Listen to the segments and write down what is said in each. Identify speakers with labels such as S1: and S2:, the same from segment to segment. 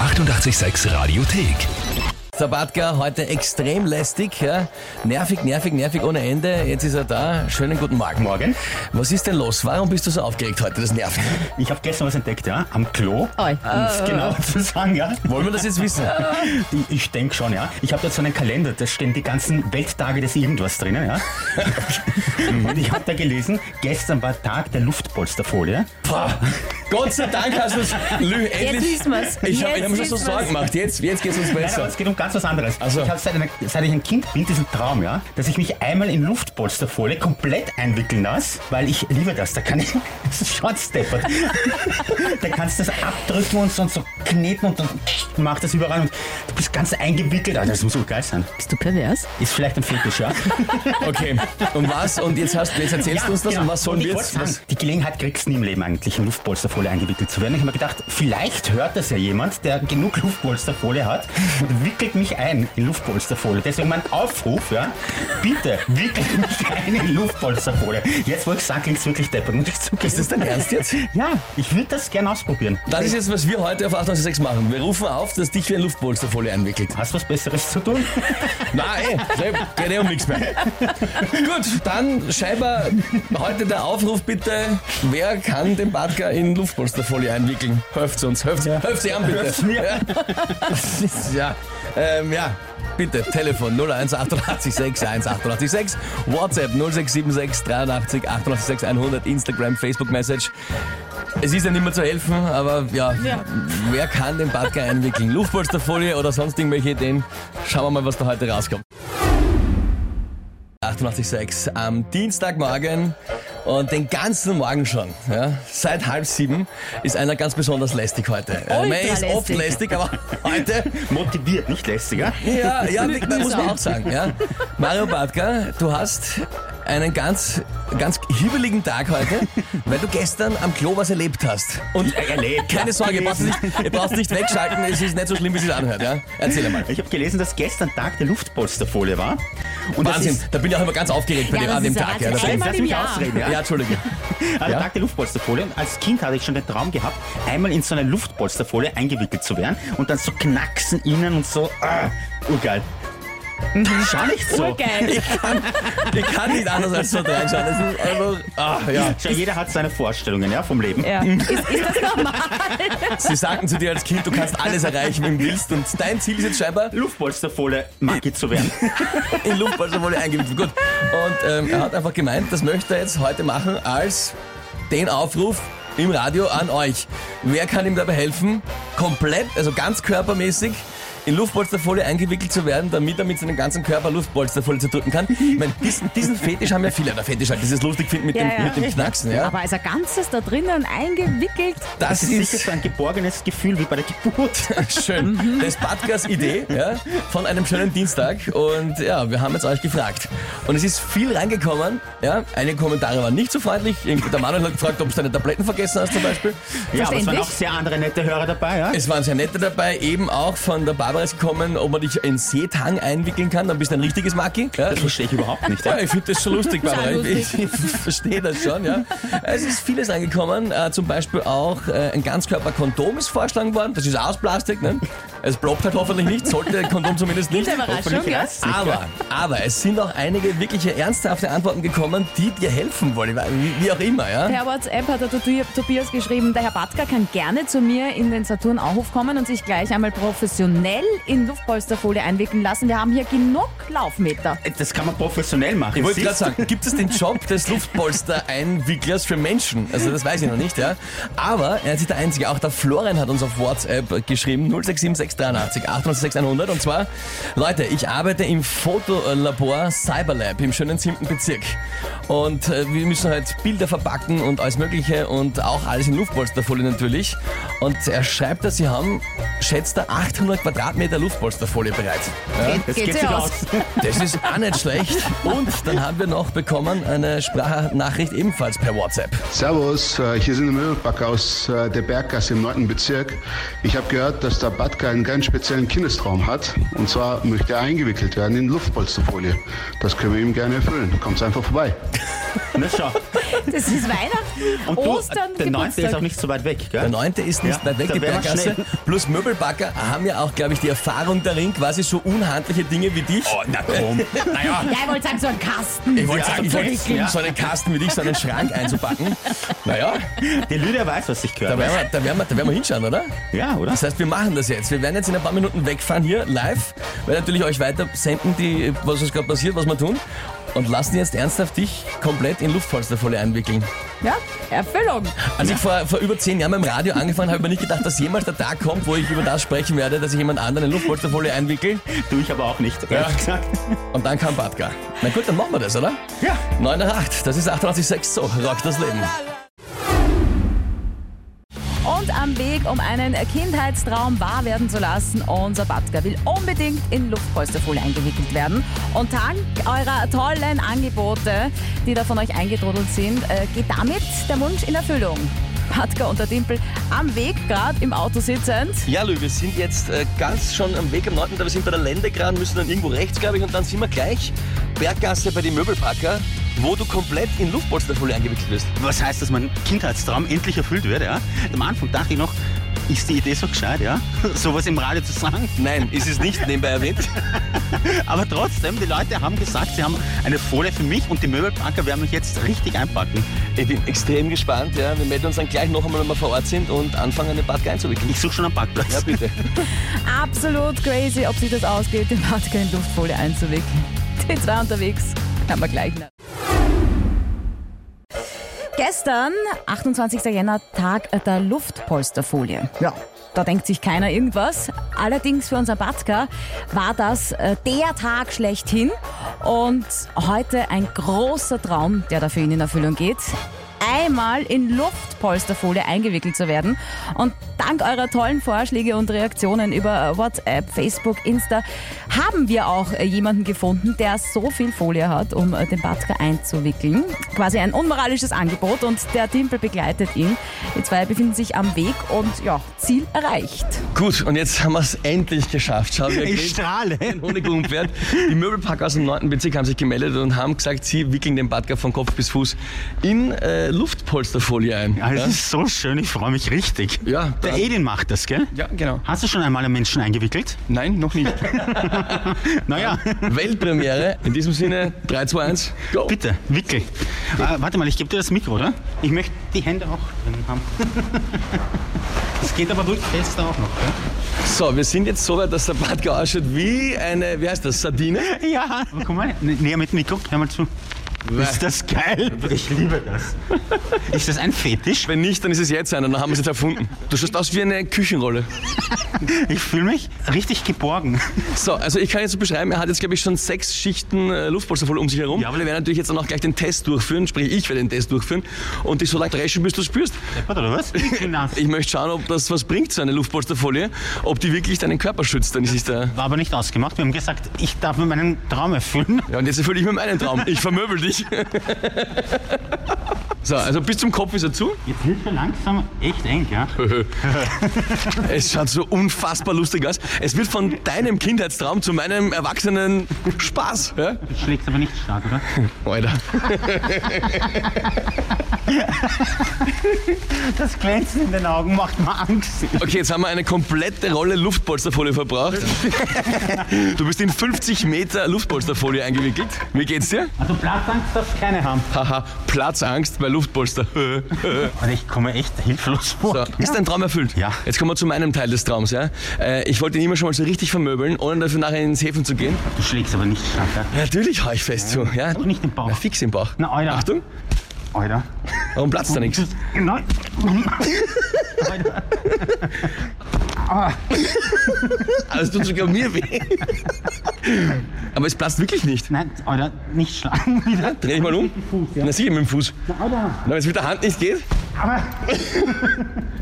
S1: 886 Radiothek.
S2: Sabatka heute extrem lästig, ja. Nervig, nervig, nervig ohne Ende. Jetzt ist er da. Schönen guten Morgen.
S3: Morgen.
S2: Was ist denn los? Warum bist du so aufgeregt heute? Das nervt.
S3: Ich habe gestern was entdeckt, ja, am Klo.
S4: Oi.
S3: Um es genau zu sagen, ja.
S2: Ah. Wollen wir das jetzt wissen?
S3: Die- Ich denke schon, ja. Ich habe dort so einen Kalender, da stehen die ganzen Welttage des Irgendwas drinnen, ja. Und ich habe da gelesen, gestern war Tag der Luftpolsterfolie.
S2: Pah. Gott sei Dank hast du es endlich.
S4: wissen wir's.
S2: Ich habe
S4: Jetzt
S2: hab mir schon so
S4: wissen
S2: Sorgen
S4: wir's.
S2: gemacht. Jetzt, jetzt geht's uns
S3: Nein, aber
S2: besser.
S3: es geht um ganz was anderes.
S2: Ach so.
S3: Ich habe seit, einer- seit ich ein Kind bin diesen Traum, ja, dass ich mich einmal in Luftpolsterfolie komplett einwickeln lasse, weil ich liebe das. Da kann ich, das ist schon steppert. da kannst du das abdrücken und so, und so kneten und dann macht das überall und du bist ganz eingewickelt. Alter, das muss so geil sein.
S4: Bist du pervers?
S3: Ist vielleicht ein Fetisch, ja?
S2: Okay. Und was? Und jetzt, hast, jetzt erzählst du uns das
S3: Ja,
S2: und was sollen
S3: und
S2: wir
S3: ich
S2: jetzt?
S3: wollte
S2: Was?
S3: sagen, Die Gelegenheit kriegst du nie im Leben eigentlich, in Luftpolsterfolie eingewickelt zu werden. Ich habe mir gedacht, vielleicht hört das ja jemand, der genug Luftpolsterfolie hat und wickelt mich ein in Luftpolsterfolie. Deswegen mein Aufruf, ja, bitte wickelt mich ein in Luftpolsterfolie. Jetzt, wo ich sage, klingt wirklich deppert, muss ich zugeben.
S2: Ist das dein Ernst jetzt?
S3: Ja, ich würde das gerne ausprobieren.
S2: Das ist jetzt, was wir heute auf 886 machen. Wir rufen auf, dass dich wie ein Luftpolsterfolie einwickelt.
S3: Hast du was Besseres zu tun?
S2: Nein, ey, geht eh um nichts mehr. Gut, dann scheinbar heute der Aufruf bitte. Wer kann den Badger in Luftpolsterfolie einwickeln? Helft uns, helft, ja. helft sie an bitte.
S3: Helft's mir.
S2: Ja. Das ist- ja. Ähm, ja. Bitte, Telefon 01886 11886, WhatsApp 0676 83 886 100, Instagram, Facebook-Message. Es ist ja nicht mehr zu helfen, aber ja, wer kann den Badger einwickeln? Luftpolsterfolie oder sonst irgendwelche Ideen? Schauen wir mal, was da heute rauskommt. 88.6 am Dienstagmorgen und den ganzen Morgen schon, ja, seit halb sieben, ist einer ganz besonders lästig heute. Äh, Man ist oft lästig,
S4: lästig.
S2: aber heute,
S3: Motiviert, nicht lästiger.
S2: ja, ja, das muss man auch sagen. Ja. Mario Bartka, du hast einen ganz, ganz hibbeligen Tag heute, weil du gestern am Klo was erlebt hast. Und
S3: erlebt,
S2: keine
S3: ja,
S2: Sorge, ihr braucht es nicht, ihr braucht es nicht wegschalten, es ist nicht so schlimm, wie es sich anhört. Ja. Erzähl einmal.
S3: Ich habe gelesen, dass gestern Tag der Luftpolsterfolie war. Und das
S2: Wahnsinn,
S3: ist-
S2: da bin ich auch immer ganz aufgeregt bei
S4: Ja,
S2: dem,
S4: aber
S2: an dem
S4: es ist
S2: Tag.
S4: ja
S2: Ja,
S4: ganz
S2: deswegen-
S4: Einmal
S3: Lass
S4: im
S3: mich
S4: Jahr.
S3: ausreden, ja.
S2: ja, Entschuldige.
S3: Am
S2: Ja.
S3: Tag der Luftpolsterfolie. Und Als Kind hatte ich schon den Traum gehabt, einmal in so eine Luftpolsterfolie eingewickelt zu werden und dann so knacksen innen und so. Ah, urgeil. Mhm, Schau nicht so.
S4: Urgeil.
S2: Ich kann nicht anders als so reinschauen. Das ist einfach. Ach ja.
S3: Schau, jeder hat seine Vorstellungen ja, vom Leben.
S4: Ja. Ist, ist das normal?
S2: Sie sagten zu dir als Kind, du kannst alles erreichen, wenn du willst. Und dein Ziel ist jetzt scheinbar,
S3: Luftpolsterfolie Maki zu werden.
S2: in Luftballsavolle eingewickelt. Gut. Und ähm, er hat einfach gemeint, das möchte er jetzt heute machen als den Aufruf im Radio an euch. Wer kann ihm dabei helfen, komplett, also ganz körpermäßig, in Luftpolsterfolie eingewickelt zu werden, damit er mit seinem ganzen Körper Luftpolsterfolie zerdrücken kann. Ich meine, diesen, diesen Fetisch haben ja viele. Der Fetisch halt, dieses lustig finden mit,
S4: Ja,
S2: dem,
S4: ja.
S2: mit dem Knacksen. Ja.
S4: Aber als ein Ganzes da drinnen eingewickelt.
S2: Das,
S3: Das ist sicher so ein geborgenes Gefühl wie bei der Geburt.
S2: Schön. Das Badgers Idee ja, von einem schönen Dienstag. Und ja, wir haben jetzt euch gefragt. Und es ist viel reingekommen. Ja, einige Kommentare waren nicht so freundlich. Irgend- Der Manuel hat gefragt, ob du deine Tabletten vergessen hast zum Beispiel.
S3: Ja, aber es waren
S4: Verständlich.
S3: auch sehr andere nette Hörer dabei, ja?
S2: Es waren sehr nette dabei. Eben auch von der Barbara ist gekommen, ob man dich in Seetang einwickeln kann. Dann bist du ein richtiges Maki. Ja.
S3: Das verstehe ich überhaupt nicht.
S2: Ja,
S3: Ja?
S2: ich finde das schon lustig, Barbara.
S4: Schon
S2: Ich,
S4: lustig.
S2: ich verstehe das schon, ja. Es ist vieles angekommen. Äh, zum Beispiel auch äh, ein Ganzkörperkondom ist vorgeschlagen worden. Das ist auch aus Plastik, ne? Es ploppt halt hoffentlich nicht, sollte Kondom zumindest nicht.
S4: Eine Überraschung,
S3: Hoffentlich
S4: ja?
S3: reißt's nicht,
S2: Aber, aber es sind auch einige wirkliche ernsthafte Antworten gekommen, die dir helfen wollen, wie, wie auch immer, ja.
S4: Per WhatsApp hat der Tobi- Tobias geschrieben, der Herr Batka kann gerne zu mir in den Saturn Auhof kommen und sich gleich einmal professionell in Luftpolsterfolie einwickeln lassen. Wir haben hier genug Laufmeter.
S3: Das kann man professionell machen.
S2: Ich wollte gerade
S3: Siehst du?
S2: sagen, gibt es den Job des Luftpolster-Einwicklers für Menschen? Also das weiß ich noch nicht, ja. Aber er ist nicht der Einzige. Auch der Florian hat uns auf WhatsApp geschrieben, 067683 86100. Und zwar, Leute, ich arbeite im Fotolabor Cyberlab im schönen 7. Bezirk. Und äh, wir müssen halt Bilder verpacken und alles Mögliche und auch alles in Luftpolsterfolie natürlich. Und er schreibt, dass sie haben, schätzt er, 800 Quadratmeter Luftpolsterfolie bereits.
S3: Das
S4: Geht
S3: geht
S4: sie
S3: sich
S4: aus.
S3: aus.
S2: Das ist auch nicht schlecht. Und dann haben wir noch bekommen eine Sprachnachricht ebenfalls per WhatsApp.
S5: Servus, äh, hier sind der Möbelbacker aus äh, der Berggasse im 9. Bezirk. Ich habe gehört, dass der Batka einen ganz speziellen Kindestraum hat. Und zwar möchte er eingewickelt werden in Luftpolsterfolie. Das können wir ihm gerne erfüllen. Kommt einfach vorbei.
S3: Na schau.
S4: Das ist Weihnachten,
S3: Und
S4: Ostern,
S3: du, der 9.
S4: Geburtstag.
S3: ist auch nicht so weit weg, gell?
S6: Der neunte ist nicht
S3: Ja,
S6: weit weg,
S3: da
S6: die
S3: wären wir
S6: Berggasse.
S3: schnell.
S6: Plus Möbelbacker haben ja auch, glaube ich, die Erfahrung darin, quasi so unhandliche Dinge wie dich.
S3: Oh, na komm. naja,
S4: ja, ich wollte sagen, so ein Kasten.
S6: Ich wollte
S3: Ja,
S6: sagen, ich
S3: voll
S6: wollte
S3: ja.
S6: so einen Kasten wie dich, so einen Schrank einzupacken. Naja,
S3: der Lüder weiß, was ich
S6: da
S3: gehört
S6: werden,
S3: habe.
S6: wir, da, werden wir, da werden wir hinschauen, oder?
S3: Ja, oder?
S6: Das heißt, wir machen das jetzt. Wir werden jetzt in ein paar Minuten wegfahren hier live, weil natürlich euch weiter senden, die, was uns gerade passiert, was wir tun. Und lassen jetzt ernsthaft dich komplett in Luftpolsterfolie einwickeln.
S4: Ja, Erfüllung.
S6: Als ich vor, vor über zehn Jahren beim Radio angefangen habe, habe ich nicht gedacht, dass jemals der Tag kommt, wo ich über das sprechen werde, dass ich jemand anderen in Luftpolsterfolie einwickel.
S3: Du, ich aber auch nicht, ehrlich
S6: Ja.
S3: gesagt.
S6: Und dann kam Batka. Na gut, dann machen wir das, oder?
S3: Ja.
S6: 9 nach 8, das ist 88,6, so rockt das Leben.
S4: Und am Weg, um einen Kindheitstraum wahr werden zu lassen, unser Batka will unbedingt in Luftpolsterfolie eingewickelt werden. Und dank eurer tollen Angebote, die da von euch eingetrudelt sind, äh, geht damit der Wunsch in Erfüllung. Batka und der Dimpel am Weg, gerade im Auto sitzend.
S2: Ja, Lü, wir sind jetzt äh, ganz schon am Weg am 9. Wir sind bei der Ländegran, müssen dann irgendwo rechts, glaube ich, und dann sind wir gleich Berggasse bei den Möbelpacker, wo du komplett in Luftpolsterfolie eingewickelt wirst.
S3: Was heißt, dass mein Kindheitstraum endlich erfüllt wird, ja? Am Anfang dachte ich noch, ist die Idee so gescheit, ja? Sowas im Radio zu sagen.
S2: Nein, ist es nicht, nebenbei erwähnt.
S3: Aber trotzdem, die Leute haben gesagt, sie haben eine Folie für mich und die Möbelpacker werden mich jetzt richtig einpacken.
S2: Ich bin extrem gespannt, ja. Wir melden uns dann gleich noch einmal, wenn wir vor Ort sind und anfangen, eine Badge einzuwickeln.
S3: Ich suche schon einen Parkplatz.
S2: Ja, bitte.
S4: Absolut crazy, ob sich das ausgeht, den Batka in Luftfolie einzuwickeln. Die zwei unterwegs, haben wir gleich noch. Gestern, 28. Jänner, Tag der Luftpolsterfolie. Ja. Da denkt sich keiner irgendwas. Allerdings für unseren Batka war das äh, der Tag schlechthin. Und heute ein großer Traum, der da für ihn in Erfüllung geht. Einmal in Luftpolsterfolie eingewickelt zu werden. Und dank eurer tollen Vorschläge und Reaktionen über WhatsApp, Facebook, Insta haben wir auch äh, jemanden gefunden, der so viel Folie hat, um äh, den Batka einzuwickeln. Quasi ein unmoralisches Angebot und der Timpel begleitet ihn. Die zwei befinden sich am Weg und ja, Ziel erreicht.
S2: Gut, und jetzt haben wir es endlich geschafft. Schau, wir
S3: Ich strahle.
S2: Honig umfährt. Die Möbelpacker aus dem 9. Bezirk haben sich gemeldet und haben gesagt, sie wickeln den Badger von Kopf bis Fuß in äh, Luftpolsterfolie ein.
S3: Ja, das ist so schön, ich freue mich richtig.
S2: Ja,
S3: Der
S2: da-
S3: Edin macht das, gell?
S2: Ja, genau.
S3: Hast du schon einmal einen Menschen eingewickelt?
S2: Nein, noch nicht.
S3: Naja,
S2: Weltpremiere. In diesem Sinne, 3, 2, 1, go.
S3: bitte, wickel. Ah, warte mal, ich gebe dir das Mikro, oder? Ich möchte die Hände auch drin haben. Das geht aber wirklich fester auch noch, gell?
S2: So, wir sind jetzt so weit, dass der Badger ausschaut wie eine, wie heißt das, Sardine?
S3: Ja. Aber komm mal, nä- näher mit dem Mikro, hör mal zu. Ist das geil? Ich liebe das. Ist das ein Fetisch?
S2: Wenn nicht, dann ist es jetzt einer, dann haben wir es jetzt erfunden. Du schaust aus wie eine Küchenrolle.
S3: Ich fühle mich richtig geborgen.
S2: So, also ich kann jetzt so beschreiben, er hat jetzt, glaube ich, schon sechs Schichten äh, Luftpolster voll um sich herum. Ja, aber wir werden natürlich jetzt dann auch gleich den Test durchführen, sprich ich werde den Test durchführen und dich so lange dreschen, bis du spürst.
S3: Deppert, oder was? Ich bin nass.
S2: Ich möchte schauen, ob das was bringt, so eine Luftpolsterfolie, ob die wirklich deinen Körper schützt, dann ist es da.
S3: War aber nicht ausgemacht. Wir haben gesagt, ich darf mir meinen Traum erfüllen.
S2: Ja, und jetzt erfülle ich mir meinen Traum. Ich vermöbel dich. So, also bis zum Kopf ist er zu.
S3: Jetzt wird schon langsam echt eng, ja?
S2: Es schaut so unfassbar lustig aus. Es wird von deinem Kindheitstraum zu meinem erwachsenen Spaß. Ja?
S3: Du schlägst aber nicht stark, oder?
S2: Alter.
S3: Das Glänzen in den Augen macht mir Angst.
S2: Okay, jetzt haben wir eine komplette Rolle Luftpolsterfolie verbraucht. Du bist in 50 Meter Luftpolsterfolie eingewickelt. Wie geht's dir?
S3: Also Platzangst darfst keine haben.
S2: Haha, Platzangst bei Luftpolster.
S3: Und ich komme echt hilflos vor.
S2: So, ist dein Traum erfüllt?
S3: Ja.
S2: Jetzt kommen wir zu meinem Teil des Traums. Ja? Äh, Ich wollte ihn immer schon mal so richtig vermöbeln, ohne dafür nachher ins Häfen zu gehen.
S3: Du schlägst aber nicht stark, ja?
S2: Natürlich hau ich fest zu. Ja.
S3: Und nicht im Bauch.
S2: Na, fix im Bauch.
S3: Na, Alter.
S2: Achtung,
S3: Alter. Genau.
S2: warum platzt da nichts?
S3: Nein.
S2: Alles Ah, tut sogar mir weh. Aber es platzt wirklich nicht.
S3: Nein, Alter, nicht schlagen wieder.
S2: Dreh dich mal um.
S3: Fuß, ja.
S2: Na sicher, mit dem Fuß.
S3: Alter.
S2: Na, wenn es mit der Hand nicht geht,
S3: Aber,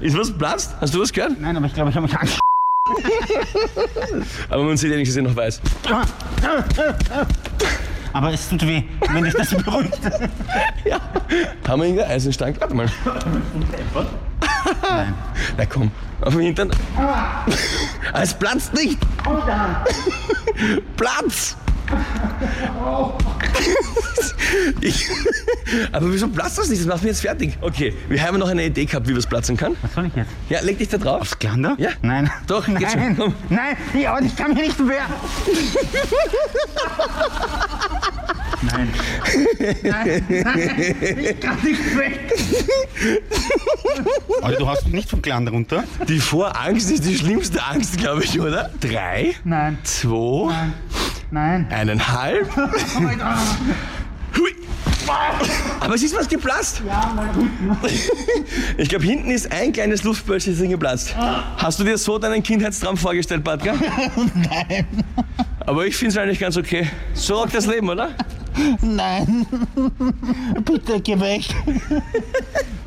S2: ist was platzt? Hast du was gehört?
S3: nein, aber ich glaube, ich habe mich Angst.
S2: Aber man sieht ja nicht, dass ich noch weiß.
S3: Aber es tut weh, wenn ich das beruhigt.
S2: Haben wir irgendeinen Eisenstank? Warte mal. Na komm, auf den Hintern. Ah, Es platzt nicht. Platz! Ich, aber wieso platzt das nicht? Das macht mich jetzt fertig. Okay, wir haben noch eine Idee gehabt, wie was platzen kann.
S3: Was soll ich jetzt?
S2: Ja, leg dich da drauf.
S3: Aufs Glander?
S2: Ja.
S3: Nein.
S2: Doch, geht schon,
S3: nein.
S2: komm.
S3: Nein, ja, ich kann mich nicht wehren. nein. nein. Nein, ich kann nicht weg. Alter, du hast mich nicht vom Glander runter?
S2: Die Vorangst ist die schlimmste Angst, glaube ich, oder? Drei,
S3: Nein.
S2: zwei,
S3: Nein. Oh
S2: eineinhalb. Hui. Aber es ist was geplatzt.
S3: Ja, ne? mal unten.
S2: Ich glaube, hinten ist ein kleines Luftböllchen geplatzt.
S3: Ah.
S2: Hast du dir so deinen Kindheitstraum vorgestellt, Batka? Nein. Aber ich finde es eigentlich ganz okay. So rockt das Leben, oder?
S3: Nein. Bitte geh weg.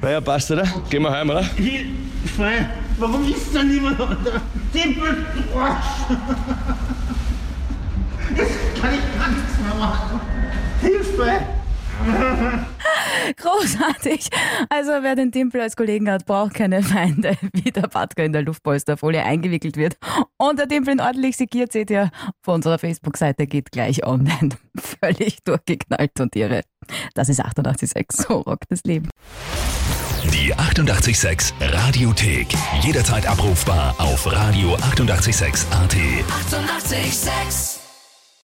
S2: Naja, passt, oder? Gehen wir heim, oder?
S3: Hilfe. Warum ist da niemand anderer? Tippel, Arsch. Jetzt kann ich gar nichts mehr machen. Hilfe.
S4: Großartig. Also wer den Timpel als Kollegen hat, braucht keine Feinde, wie der Batka in der Luftpolsterfolie eingewickelt wird. Und der Timpel in ordentlich segiert, seht ihr, auf unserer Facebook-Seite geht gleich online. Völlig durchgeknallt und irre. Das ist 886, so rockt das Leben.
S1: Die 886 Radiothek. Jederzeit abrufbar auf radio886.at. 886!
S7: 886